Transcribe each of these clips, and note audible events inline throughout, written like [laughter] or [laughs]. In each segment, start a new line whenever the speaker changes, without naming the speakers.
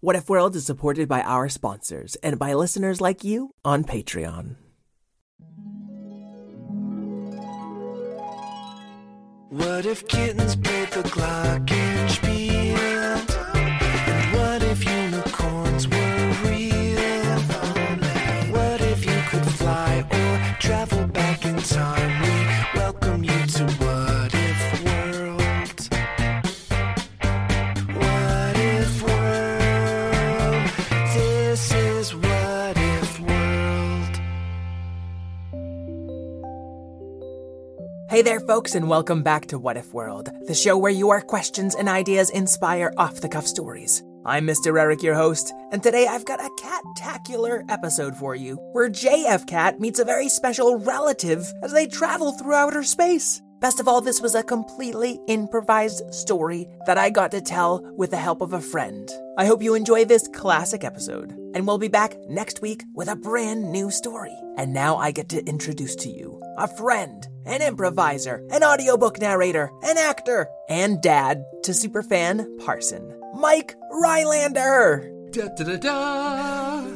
What If World is supported by our sponsors and by listeners like you on Patreon.
What if kittens played the glockenspiel? And what if unicorns were real? What if you could fly or travel back in time? We welcome you to What If World. What if world? This is what if world.
Hey there, folks, and welcome back to What If World, the show where your questions and ideas inspire off the cuff stories. I'm Mr. Eric, your host, and today I've got a cat tacular episode for you, where JF Cat meets a very special relative as they travel through outer space. Best of all, this was a completely improvised story that I got to tell with the help of a friend. I hope you enjoy this classic episode, and we'll be back next week with a brand new story. And now I get to introduce to you a friend, an improviser, an audiobook narrator, an actor, and dad to superfan Parson, Mike Rylander.
Da, da, da,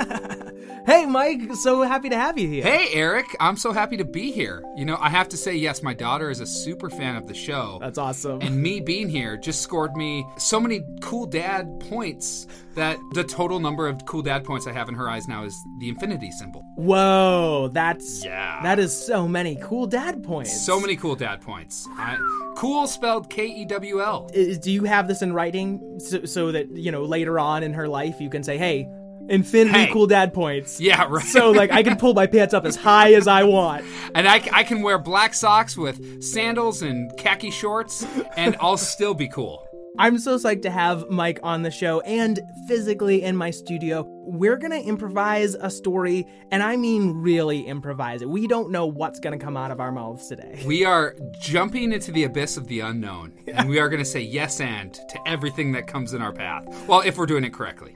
da.
[laughs] Hey, Mike, so happy to have you here.
Hey, Eric, I'm so happy to be here. You know, I have to say, yes, my daughter is a super fan of the show.
That's awesome.
and me being here just scored me so many cool dad points that the total number of cool dad points I have in her eyes now is the infinity symbol.
Whoa, that's
Yeah.
that is so many cool dad points.
So many cool dad points. I, cool spelled K E W L.
I- do you have this in writing so, so that you know later on in her life you can say, "Hey, infinity
Hey.
cool dad points."
Yeah, right.
So like I can pull my pants up as high as I want.
[laughs] and I, I can wear black socks with sandals and khaki shorts, and I'll still be cool.
I'm so psyched to have Mike on the show and physically in my studio. We're going to improvise a story, and I mean really improvise it. We don't know what's going to come out of our mouths today.
We are jumping into the abyss of the unknown, and we are going to say yes and to everything that comes in our path. Well, if we're doing it correctly.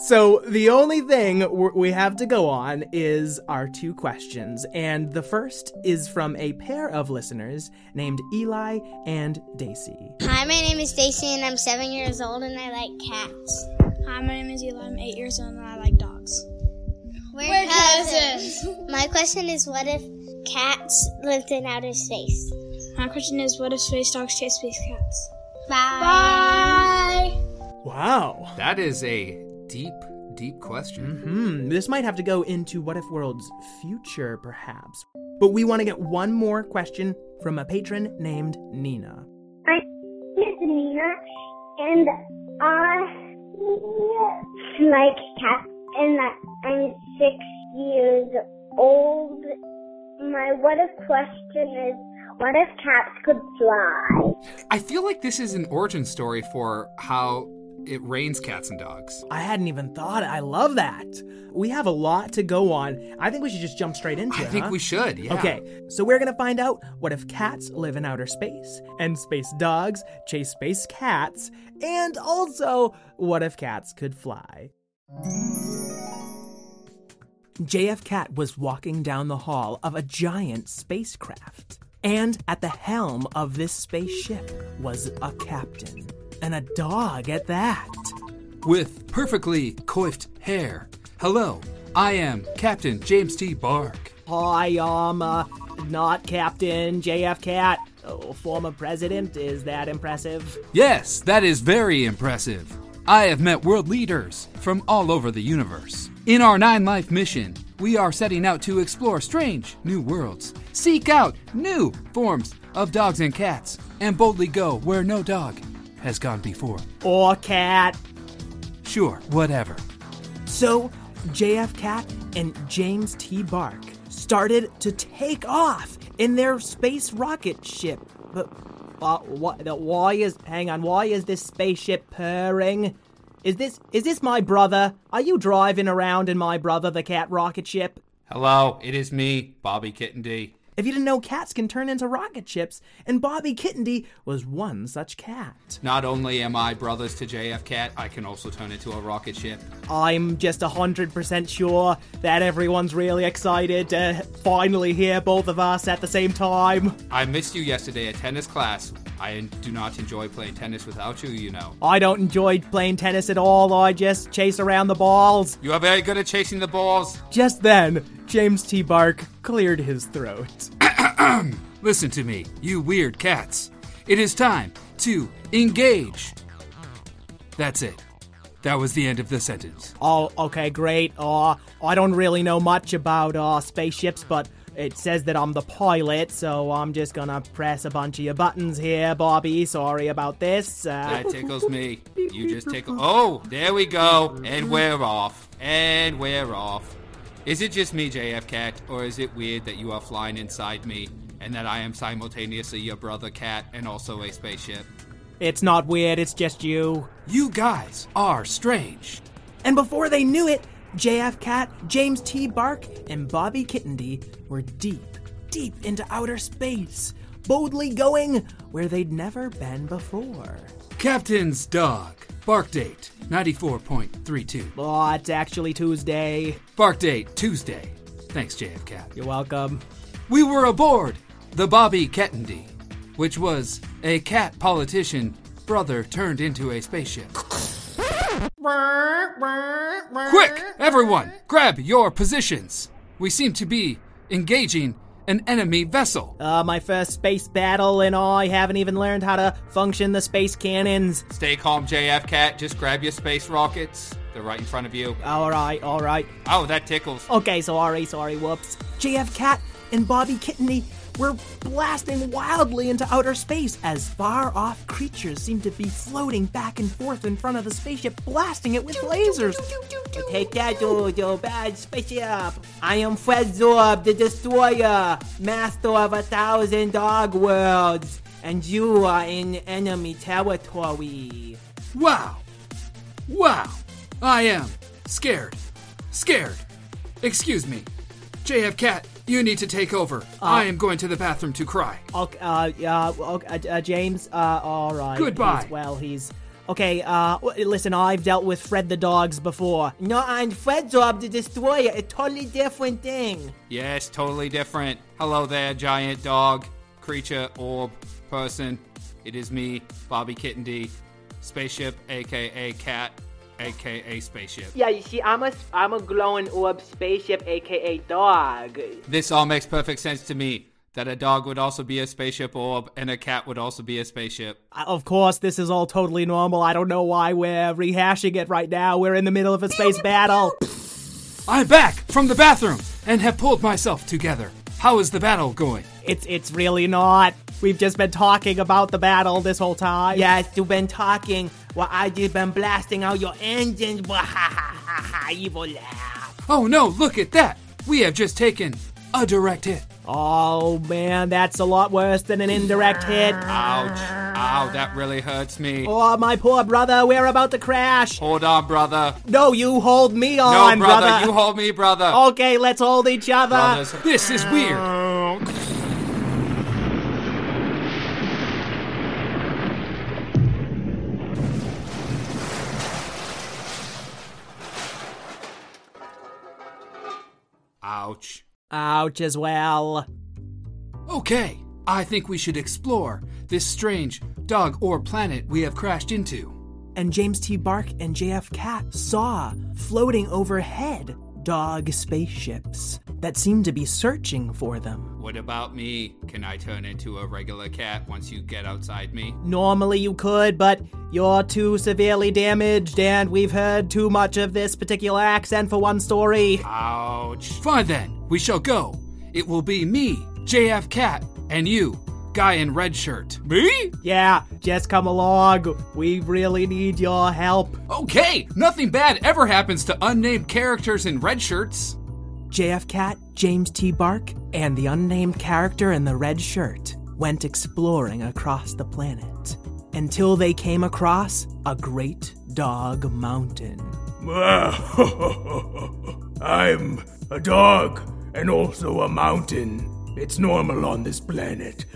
So the only thing w- we have to go on is our two questions, and the first is from a pair of listeners named Eli and Daisy.
Hi, my name is Stacy, and I'm seven years old, and I like cats.
Hi, my name is Eli. I'm eight years old and I like dogs.
We're, cousins. [laughs] my question is, what if cats lived in outer space?
My question is what if space dogs chase space cats?
Bye. Bye.
Wow.
That is a deep, deep question.
Hmm, this might have to go into What If World's future, perhaps. But we want to get one more question from a patron named Nina.
I'm Miss Nina, and I like cats, and I- I'm six years old. My what if question is, what if cats could fly?
I feel like this is an origin story for how it rains cats and dogs.
I hadn't even thought. I love that. We have a lot to go on. I think we should just jump straight into
I
it.
think
huh?
we should, yeah.
Okay, so we're gonna find out what if cats live in outer space, and space dogs chase space cats, and also what if cats could fly.
JF Cat was walking down the hall of a giant spacecraft. And at the helm of this spaceship was a captain. And a dog at that.
With perfectly coiffed hair. Hello, I am Captain James T. Bark.
Hi, I'm uh, not Captain JF Cat, oh, former president. Is that impressive?
Yes, that is very impressive. I have met world leaders from all over the universe. In our Nine Life mission, we are setting out to explore strange new worlds, seek out new forms of dogs and cats, and boldly go where no dog has gone before.
Or cat?
Sure, whatever.
So, JF Cat and James T. Bark started to take off in their space rocket ship.
But uh, why, the, why is hang on? Why is this spaceship purring? Is this is this my brother? Are you driving around in my brother the cat rocket ship?
Hello, it is me, Bobby Kitten D.
If you didn't know, cats can turn into rocket ships, and Bobby Kittendy was one such cat.
Not only am I brothers to JF Cat, I can also turn into a rocket ship.
I'm just hundred percent sure that everyone's really excited to finally hear both of us at the same time.
I missed you yesterday at tennis class. I do not enjoy playing tennis without you, you know.
I don't enjoy playing tennis at all. I just chase around the balls.
You are very good at chasing the balls.
Just then, James T. Bark cleared his throat.
Listen to me, you weird cats. It is time to engage. That's it. That was the end of the sentence.
Oh, okay, great. Uh, I don't really know much about uh, spaceships, but it says that I'm the pilot, so I'm just gonna press a bunch of your buttons here, Bobby. Sorry about this. Uh,
That tickles me. You just tickle. Oh, there we go. And we're off. And we're off. Is it just me, JF Cat, or is it weird that you are flying inside me and that I am simultaneously your brother cat and also a spaceship?
it's not weird, it's just you.
You guys are strange.
And before they knew it, JF Cat, James T. Bark, and Bobby Kittendee were deep, deep into outer space, boldly going where they'd never been before.
Captain's dog. Bark date 94.32.
Oh, it's actually Tuesday.
Bark date Tuesday. Thanks, JF Cat.
You're welcome.
We were aboard the Bobby Kettendy, which was a cat politician brother turned into a spaceship. Quick, everyone, grab your positions. We seem to be engaging an enemy vessel.
Uh, my first space battle, and I haven't even learned how to function the space cannons.
Stay calm, JF Cat. Just grab your space rockets. They're right in front of you.
Alright, alright.
Oh, that tickles.
Okay, sorry, sorry, whoops. JF Cat and Bobby Kitteny were blasting wildly into outer space as far off creatures seemed to be floating back and forth in front of the spaceship, blasting it with lasers. Take that, you, you bad spaceship. I am Fred Zorb, the destroyer, master of a thousand dog worlds, and you are in enemy territory.
Wow. Wow. I am scared. Scared. Excuse me. JF Cat, you need to take over. I am going to the bathroom to cry.
Okay, uh, yeah, okay, uh, uh, James, uh, all right.
Goodbye.
He's- well, he's. Okay, uh, w- listen, I've dealt with Fred the Dogs before. No, and Fred Job the Destroyer, a totally different thing.
Yes, totally different. Hello there, giant dog, creature, orb, person. It is me, Bobby Kittendee, spaceship, aka cat, aka spaceship.
Yeah, you see, I'm a, I'm a glowing orb spaceship, aka dog.
This all makes perfect sense to me. That a dog would also be a spaceship orb and a cat would also be a spaceship.
Of course, this is all totally normal. I don't know why we're rehashing it right now. We're in the middle of a space battle.
I'm back from the bathroom and have pulled myself together. How is the battle going?
It's it's really not. We've just been talking about the battle this whole time. Yes, you've been talking while I just been blasting out your engines. [laughs] ha ha ha ha! Evil laugh.
Oh no, look at that! We have just taken a direct hit.
Oh man, that's a lot worse than an indirect hit.
Ouch. Ow, that really hurts me.
Oh my poor brother, we're about to crash.
Hold on, brother.
No, you hold me
No,
on,
Oh, brother, you hold me, brother.
okay, let's hold each other.
Brothers. This is weird. Ouch.
Ouch as well.
Okay, I think we should explore this strange dog or planet we have crashed into.
and James T. Bark and JF Cat saw floating overhead dog spaceships that seemed to be searching for them.
What about me? Can I turn into a regular cat once you get outside me?
Normally you could, but you're too severely damaged, and we've heard too much of this particular accent for one story.
Ouch. Fine then, we shall go. It will be me, JF Cat, and you, guy in red shirt. Me?
Yeah, just come along. We really need your help.
Okay, nothing bad ever happens to unnamed characters in red shirts.
JF Cat, James T. Bark, and the unnamed character in the red shirt went exploring across the planet until they came across a great dog mountain.
[laughs] I'm a dog and also a mountain. It's normal on this planet.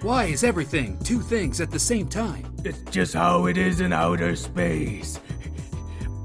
Why is everything two things at the same time?
It's just how it is in outer space.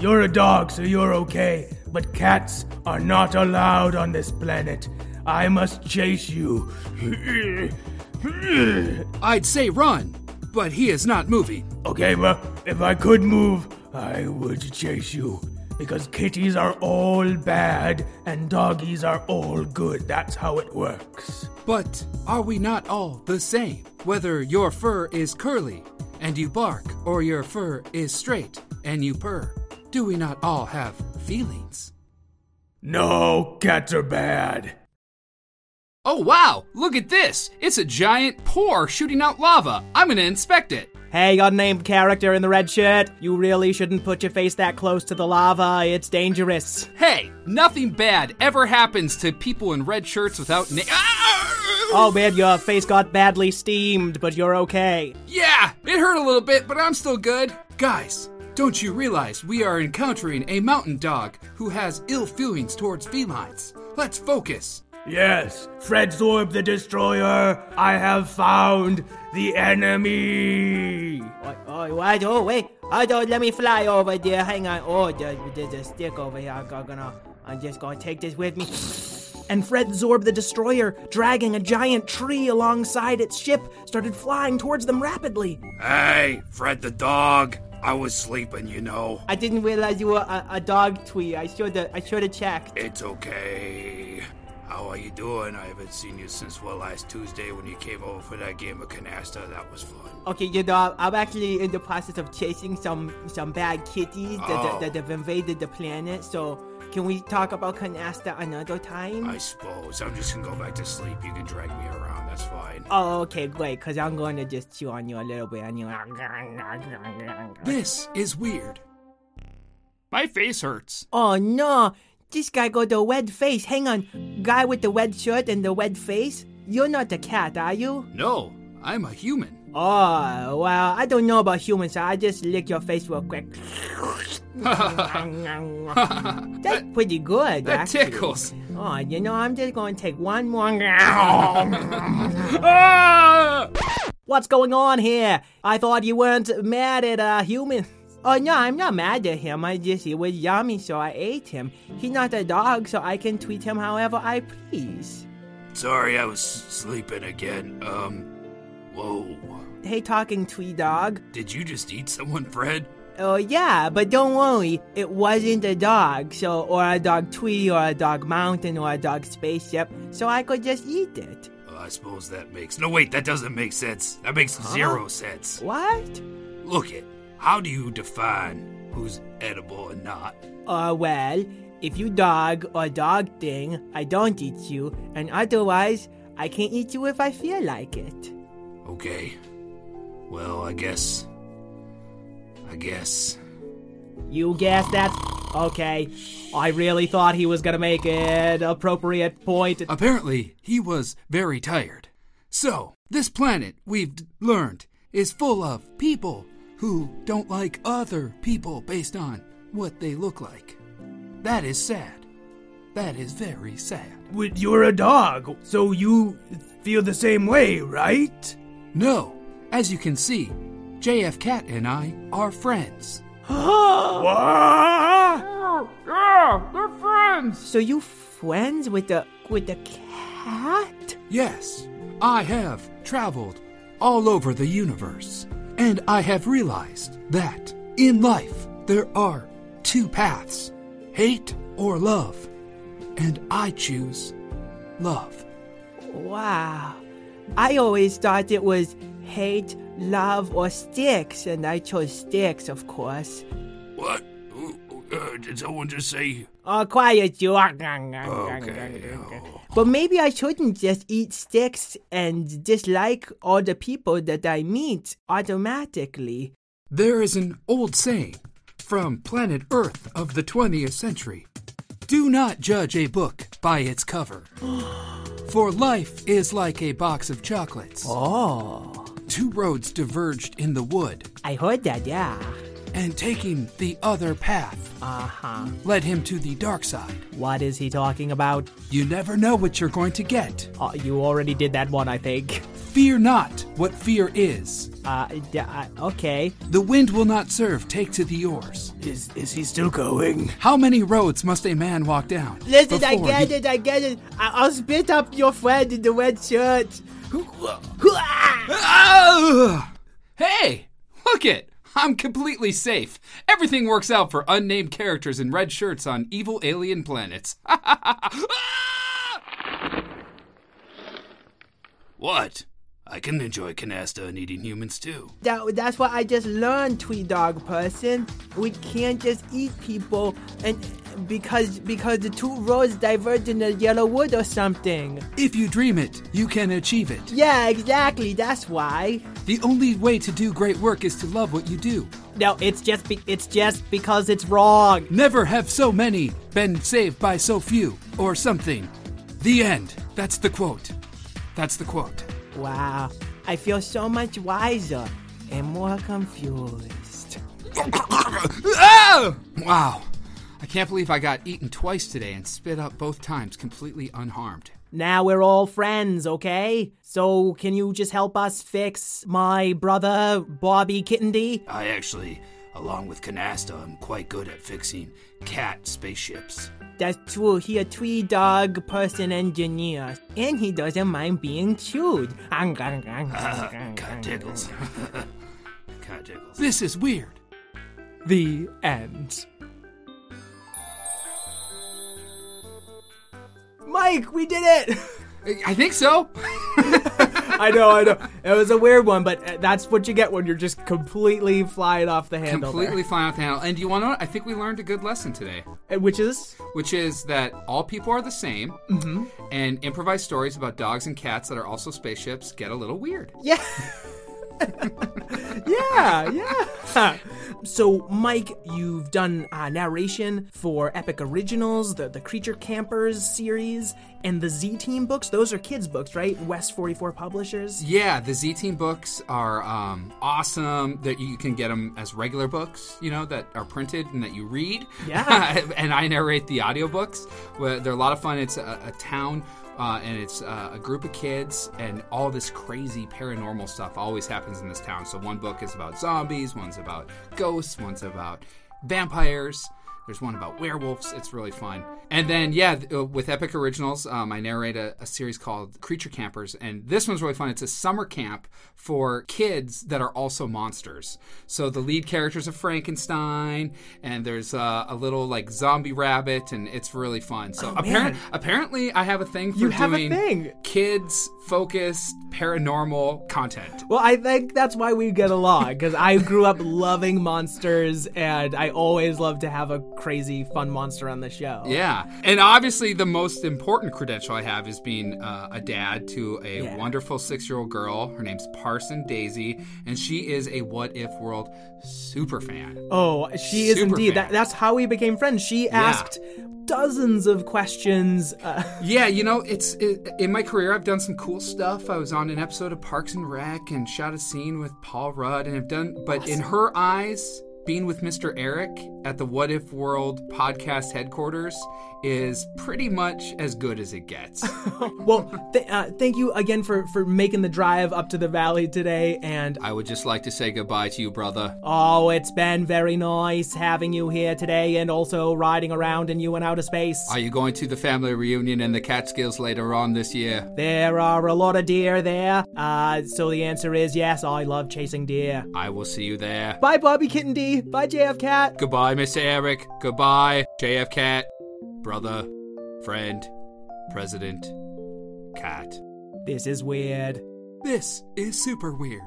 You're a dog, so you're okay, but cats are [laughs] not allowed on this planet. I must chase you.
I'd say run, but he is not moving.
Okay, well, if I could move, I would chase you. Because kitties are all bad and doggies are all good. That's how it works.
But are we not all the same? Whether your fur is curly and you bark, or your fur is straight and you purr, do we not all have feelings?
No, cats are bad.
Oh wow, look at this! It's a giant pour shooting out lava. I'm gonna inspect it.
Hey, unnamed character in the red shirt, you really shouldn't put your face that close to the lava. It's dangerous.
Hey, nothing bad ever happens to people in red shirts without na- Ah!
Oh man, your face got badly steamed, but you're okay.
Yeah, it hurt a little bit, but I'm still good. Guys, don't you realize we are encountering a mountain dog who has ill feelings towards felines? Let's focus.
Yes, Fred Zorb the Destroyer, I have found the enemy.
Oh, oh, wait, oh, wait. Oh, don't let me fly over there. Hang on. Oh, there's, there's a stick over here. I'm gonna, I'm just gonna take this with me.
And Fred Zorb the Destroyer, dragging a giant tree alongside its ship, started flying towards them rapidly.
Hey, Fred the dog. I was sleeping, you know.
I didn't realize you were a, a dog tweet. I should have, I should have checked.
It's okay. How are you doing? I haven't seen you since well last Tuesday when you came over for that game of canasta. That was fun.
Okay, you know, I'm actually in the process of chasing some some bad kitties that, that-
Oh.
that have invaded the planet. So, can we talk about Canasta another time?
I suppose. I'm just gonna go back to sleep. You can drag me around. That's fine.
Oh, okay, great. Cause I'm going to just chew on you a little bit, and you.
This is weird. My face hurts.
Oh no! This guy got the red face. Hang on, guy with the red shirt and the red face. You're not a cat, are you?
No, I'm a human.
Oh well, I don't know about humans. So I just lick your face
[laughs]
real quick. That's pretty good.
That
actually.
tickles.
Oh, you know, I'm just going to take one more.
[laughs] Ah!
What's going on here? I thought you weren't mad at uh, humans. Oh no, I'm not mad at him. I just it was yummy, so I ate him. He's not a dog, so I can treat him however I please.
Sorry, I was s- sleeping again. Um, whoa.
Hey, talking tree dog.
Did you just eat someone, Fred?
Oh yeah, but don't worry, it wasn't a dog, so or a dog tree, or a dog mountain, or a dog spaceship, so I could just eat it.
Uh, I suppose that makes. No, wait, that doesn't make sense. That makes zero sense.
What?
Look it. How do you define who's edible and not?
Uh, well, if you dog or dog thing, I don't eat you, and otherwise, I can eat you if I feel like it.
Okay. Well, I guess. I guess.
You guess that's okay. I really thought he was gonna make an appropriate point.
Apparently, he was very tired. So, this planet, we've d- learned, is full of people who don't like other people based on what they look like. That is sad. That is very sad.
Wait, You're a dog, so you feel the same way, right?
No, as you can see, JF Cat and I are friends.
Wha-
So you friends with the with the cat?
Yes, I have traveled all over the universe, and I have realized that in life there are two paths hate or love, and I choose love.
Wow. I always thought it was hate, love, or sticks, and I chose sticks, of course.
What? Ooh, Uh, did someone just say.
Oh, quiet you.
Okay. oh.
But maybe I shouldn't just eat sticks and dislike all the people that I meet automatically.
There is an old saying from planet Earth of the 20th century Do not judge a book by its cover, [gasps] for life is like a box of chocolates.
Oh.
Two roads diverged in the wood,
I heard that, yeah.
and taking the other path
Uh huh.
led him to the dark side.
What is he talking about?
You never know what you're going to get.
Uh, you already did that one, I think.
Fear not what fear is.
Uh, d- uh, okay.
The wind will not serve, take to the oars.
Is is he still going?
How many roads must a man walk down?
Listen, I
before
get
he-
it, I get it. I- I'll spit up your friend in the red shirt.
Ah! [laughs] Hey, look it! I'm completely safe. Everything works out for unnamed characters in red shirts on evil alien planets. [laughs]
What? I can enjoy canasta and eating humans too.
That, that's what I just learned, Tweet Dog Person. We can't just eat people, and because because the two roads diverge in the yellow wood or something.
If you dream it, you can achieve it.
Yeah, exactly. That's why.
The only way to do great work is to love what you do.
No, it's just be, it's just because it's wrong.
Never have so many been saved by so few, or something. The end. That's the quote. That's the quote.
Wow, I feel so much wiser and more confused.
Ah! Wow. I can't believe I got eaten twice today and spit up both times completely unharmed.
Now we're all friends, okay? So can you just help us fix my brother Bobby Kittendy?
I actually, along with canasta, am quite good at fixing cat spaceships.
That's true. He a tree dog person engineer, and he doesn't mind being chewed.
Ah, cat tickles. [laughs] cat tickles.
This is weird.
The end.
Mike, we did it!
I- I think so.
[laughs] I know, I know. It was a weird one, but that's what you get when you're just completely flying off the handle. there.
Completely flying off the handle. And you want to know what? I think we learned a good lesson today,
Which is
which is that all people are the same, and improvised stories about dogs and cats that are also spaceships get a little weird.
Yeah. yeah, [laughs] yeah. So, Mike, you've done uh, narration for Epic Originals, the, the Creature Campers series, and the Z Team books. Those are kids' books, right? West 44 Publishers.
Yeah, the Z Team books are um, awesome. That you can get them as regular books, you know, that are printed and that you read.
Yeah.
[laughs] and I narrate the audiobooks. Well, they're a lot of fun. It's a, a town. Uh, and it's uh, a group of kids, and all this crazy paranormal stuff always happens in this town. So, one book is about zombies, one's about ghosts, one's about vampires, there's one about werewolves. It's really fun. And then, yeah, th- uh, with Epic Originals, um, I narrate a, a series called Creature Campers. And this one's really fun. It's a summer camp for kids that are also monsters. So the lead characters of Frankenstein, and there's uh, a little like zombie rabbit, and it's really fun. So apparent, apparently, I have a thing for
Oh, You
doing
have a thing.
kids focused paranormal content.
Well, I think that's why we get along, because I grew up loving monsters, and I always love to have a crazy, fun monster on the show.
Yeah. And obviously, the most important credential I have is being uh, a dad to a wonderful six year old girl. Her name's Parson Daisy, and she is a What If World super fan.
Oh, she is
Super
indeed.
fan.
That, that's how we became friends. She asked dozens of questions. Uh,
Yeah, you know, it's it, in my career, I've done some cool stuff. I was on an episode of Parks and Rec and shot a scene with Paul Rudd, and I've done, but in her eyes, being with Mr. Eric at the What If World podcast headquarters is pretty much as good as it gets.
well, th- uh, thank you again for, for making the drive up to the valley today. And
I would just like to say goodbye to you, brother.
oh, it's been very nice having you here today and also riding around in you and outer space.
Are you going to the family reunion in the Catskills later on this year?
there are a lot of deer there. Uh, so the answer is yes, I love chasing deer.
I will see you there.
Bye, Bobby Kitten D. Bye, JF Cat.
Goodbye, Mr. Eric. Goodbye, JF Cat, brother, friend, president, cat.
This is weird.
This is super weird.